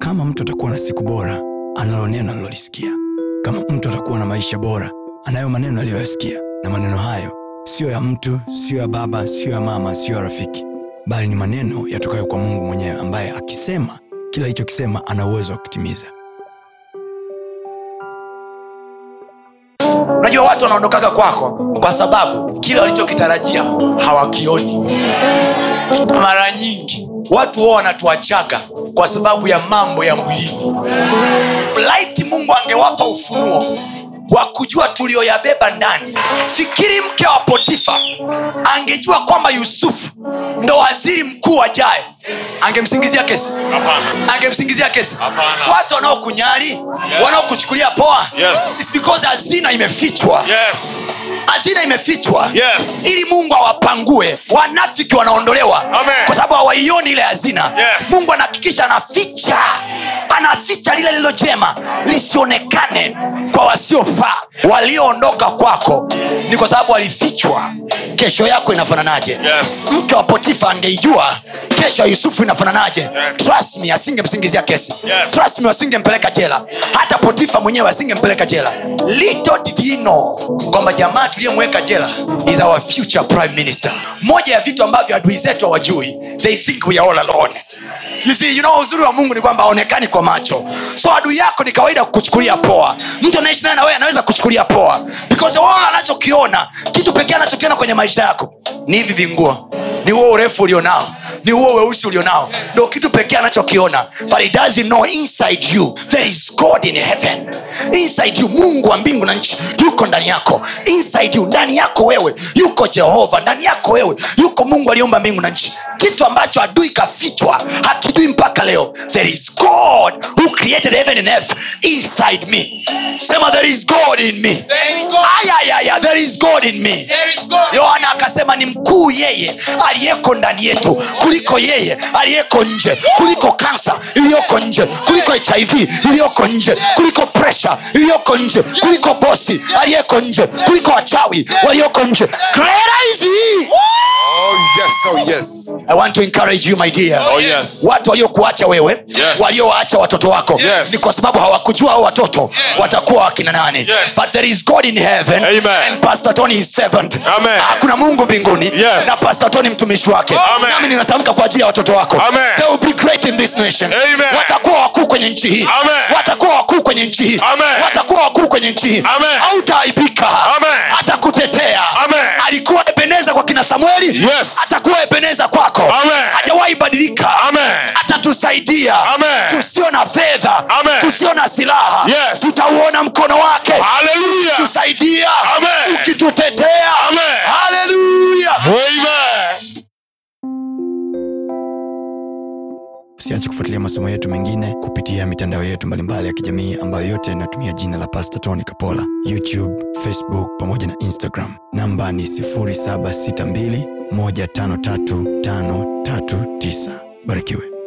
Kama mtu atakuwa na siku bora, analo neno alilolisikia. Kama mtu atakuwa na maisha bora, anayo maneno aliyoyasikia, na maneno hayo siyo ya mtu, siyo ya baba, siyo ya mama, siyo ya rafiki, bali ni maneno yatokayo kwa Mungu mwenyewe, ambaye akisema kila alichokisema ana uwezo wa kutimiza. Unajua watu wanaondokaga kwako kwa sababu kile walichokitarajia hawakioni. Mara nyingi watu wao wanatuachaga kwa sababu ya mambo ya mwilini. Laiti Mungu angewapa ufunuo wa kujua tuliyoyabeba ndani. Fikiri mke wa Potifa angejua kwamba Yusufu ndo waziri mkuu ajaye, angemsingizia kesi? Angemsingizia kesi? Hapana. Watu wanaokunyali wanaokuchukulia poa Yes. It's because hazina imefichwa Yes. hazina imefichwa Yes. ili mungu awapangue wanafiki wanaondolewa Amen. kwa sababu hawaioni ile hazina Yes. mungu anahakikisha anaficha anaficha lile lililo jema lisionekane kwa wasiofaa walioondoka kwako ni kwa sababu walifichwa kesho yako inafananaje Yes. mke wa potifa angeijua kesho ya yusufu inafananaje Yes. trust me asingemsingizia kesi Yes. trust me wasingempeleka jela hata potifa mwenyewe asingempeleka jela little did he know kwamba jamaa tuliyemweka jela is our future prime minister moja ya vitu ambavyo adui zetu hawajui they think we are all alone You see, you know, uzuri wa mungu ni kwamba aonekani kwa macho so adui yako ni kawaida kukuchukulia poa mtu anaishi naye na wewe anaweza kuchukulia poa because all anachokiona kitu pekee anachokiona kwenye maisha yako ni hivi vinguo ni huo urefu ulionao ni huo weusi ulionao ndo kitu pekee anachokiona but he doesn't know inside you there is god in heaven inside you mungu wa mbingu na nchi yuko ndani yako inside you ndani yako wewe yuko jehova ndani yako wewe yuko mungu aliyeumba mbingu na nchi kitu ambacho adui kafichwa hakijui mpaka leo there is god who created heaven and earth inside me sema there is god in me ayayaya there is god in me yohana akasema ni mkuu yeye aliyeko ndani yetu kuliko yeye aliyeko nje kuliko kansa iliyoko nje kuliko hiv iliyoko nje kuliko presha iliyoko nje kuliko bosi aliyeko nje kuliko wachawi walioko nje Greater is he. Oh, yes. Oh, yes. I want to encourage you, my dear. Oh, yes. watu waliokuacha wewe Yes. waliowaacha watoto wako Yes. ni kwa sababu hawakujua hao watoto watakuwa wakina nani Yes. but there is god in heaven Amen. and pastor tony is servant Amen. Ah, kuna mungu mbinguni Yes. na pastor tony mtumishi wake Amen. nami ninatamka kwa ajili ya watoto wako Amen. they will be great in this nation Amen. watakuwa wakuu kwenye nchi hii Amen. watakuwa wakuu kwenye nchi hii Amen. watakuwa wakuu kwenye nchi hii Amen. hautaaibika Amen. atakutetea Amen. alikuwa ebeneza kwa kina samueli Yes. atakuwa ebeneza kwako Amen. hajawahi badilika Amen. atatusaidia Amen. tusio na fedha Amen. tusio na silaha Yes. tutauona mkono wake Hallelujah. tusaidia Amen. ukitutetea Amen. haleluya Amen. usiache kufuatilia masomo yetu mengine kupitia mitandao yetu mbalimbali ya kijamii ambayo yote yanatumia jina la pasta tony kapola youtube facebook pamoja na instagram namba ni 762153539 barikiwe